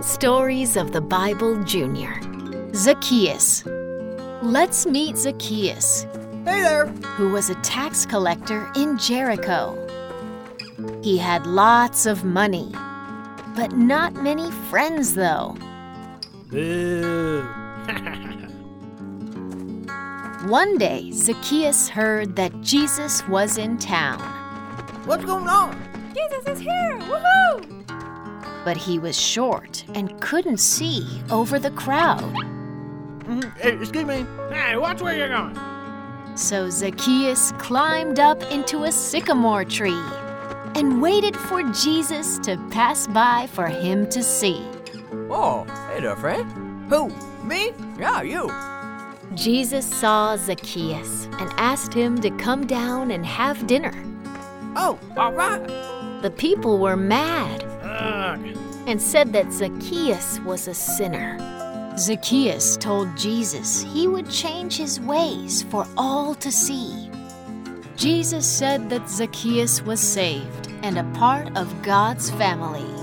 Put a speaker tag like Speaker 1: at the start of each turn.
Speaker 1: Stories of the Bible Junior. Zacchaeus. Let's meet Zacchaeus,
Speaker 2: Hey there!
Speaker 1: who was a tax collector in Jericho. He had lots of money, but not many friends, though.
Speaker 2: Boo.
Speaker 1: One day, Zacchaeus heard that Jesus was in town,
Speaker 2: What's going on?
Speaker 3: Jesus is here! Woohoo!
Speaker 1: but he was short and couldn't see over the crowd.
Speaker 2: Mm, eh, Excuse me.
Speaker 4: Hey, watch where you're going.
Speaker 1: So Zacchaeus climbed up into a sycamore tree and waited for Jesus to pass by for him to see.
Speaker 2: Oh, hey there, friend. Who? Me? Yeah, you.
Speaker 1: Jesus saw Zacchaeus and asked him to come down and have dinner.
Speaker 2: Oh, all right.
Speaker 1: The people were mad
Speaker 2: Uh,
Speaker 4: Ugh.
Speaker 1: and said that Zacchaeus was a sinner. Zacchaeus told Jesus he would change his ways for all to see. Jesus said that Zacchaeus was saved and a part of God's family.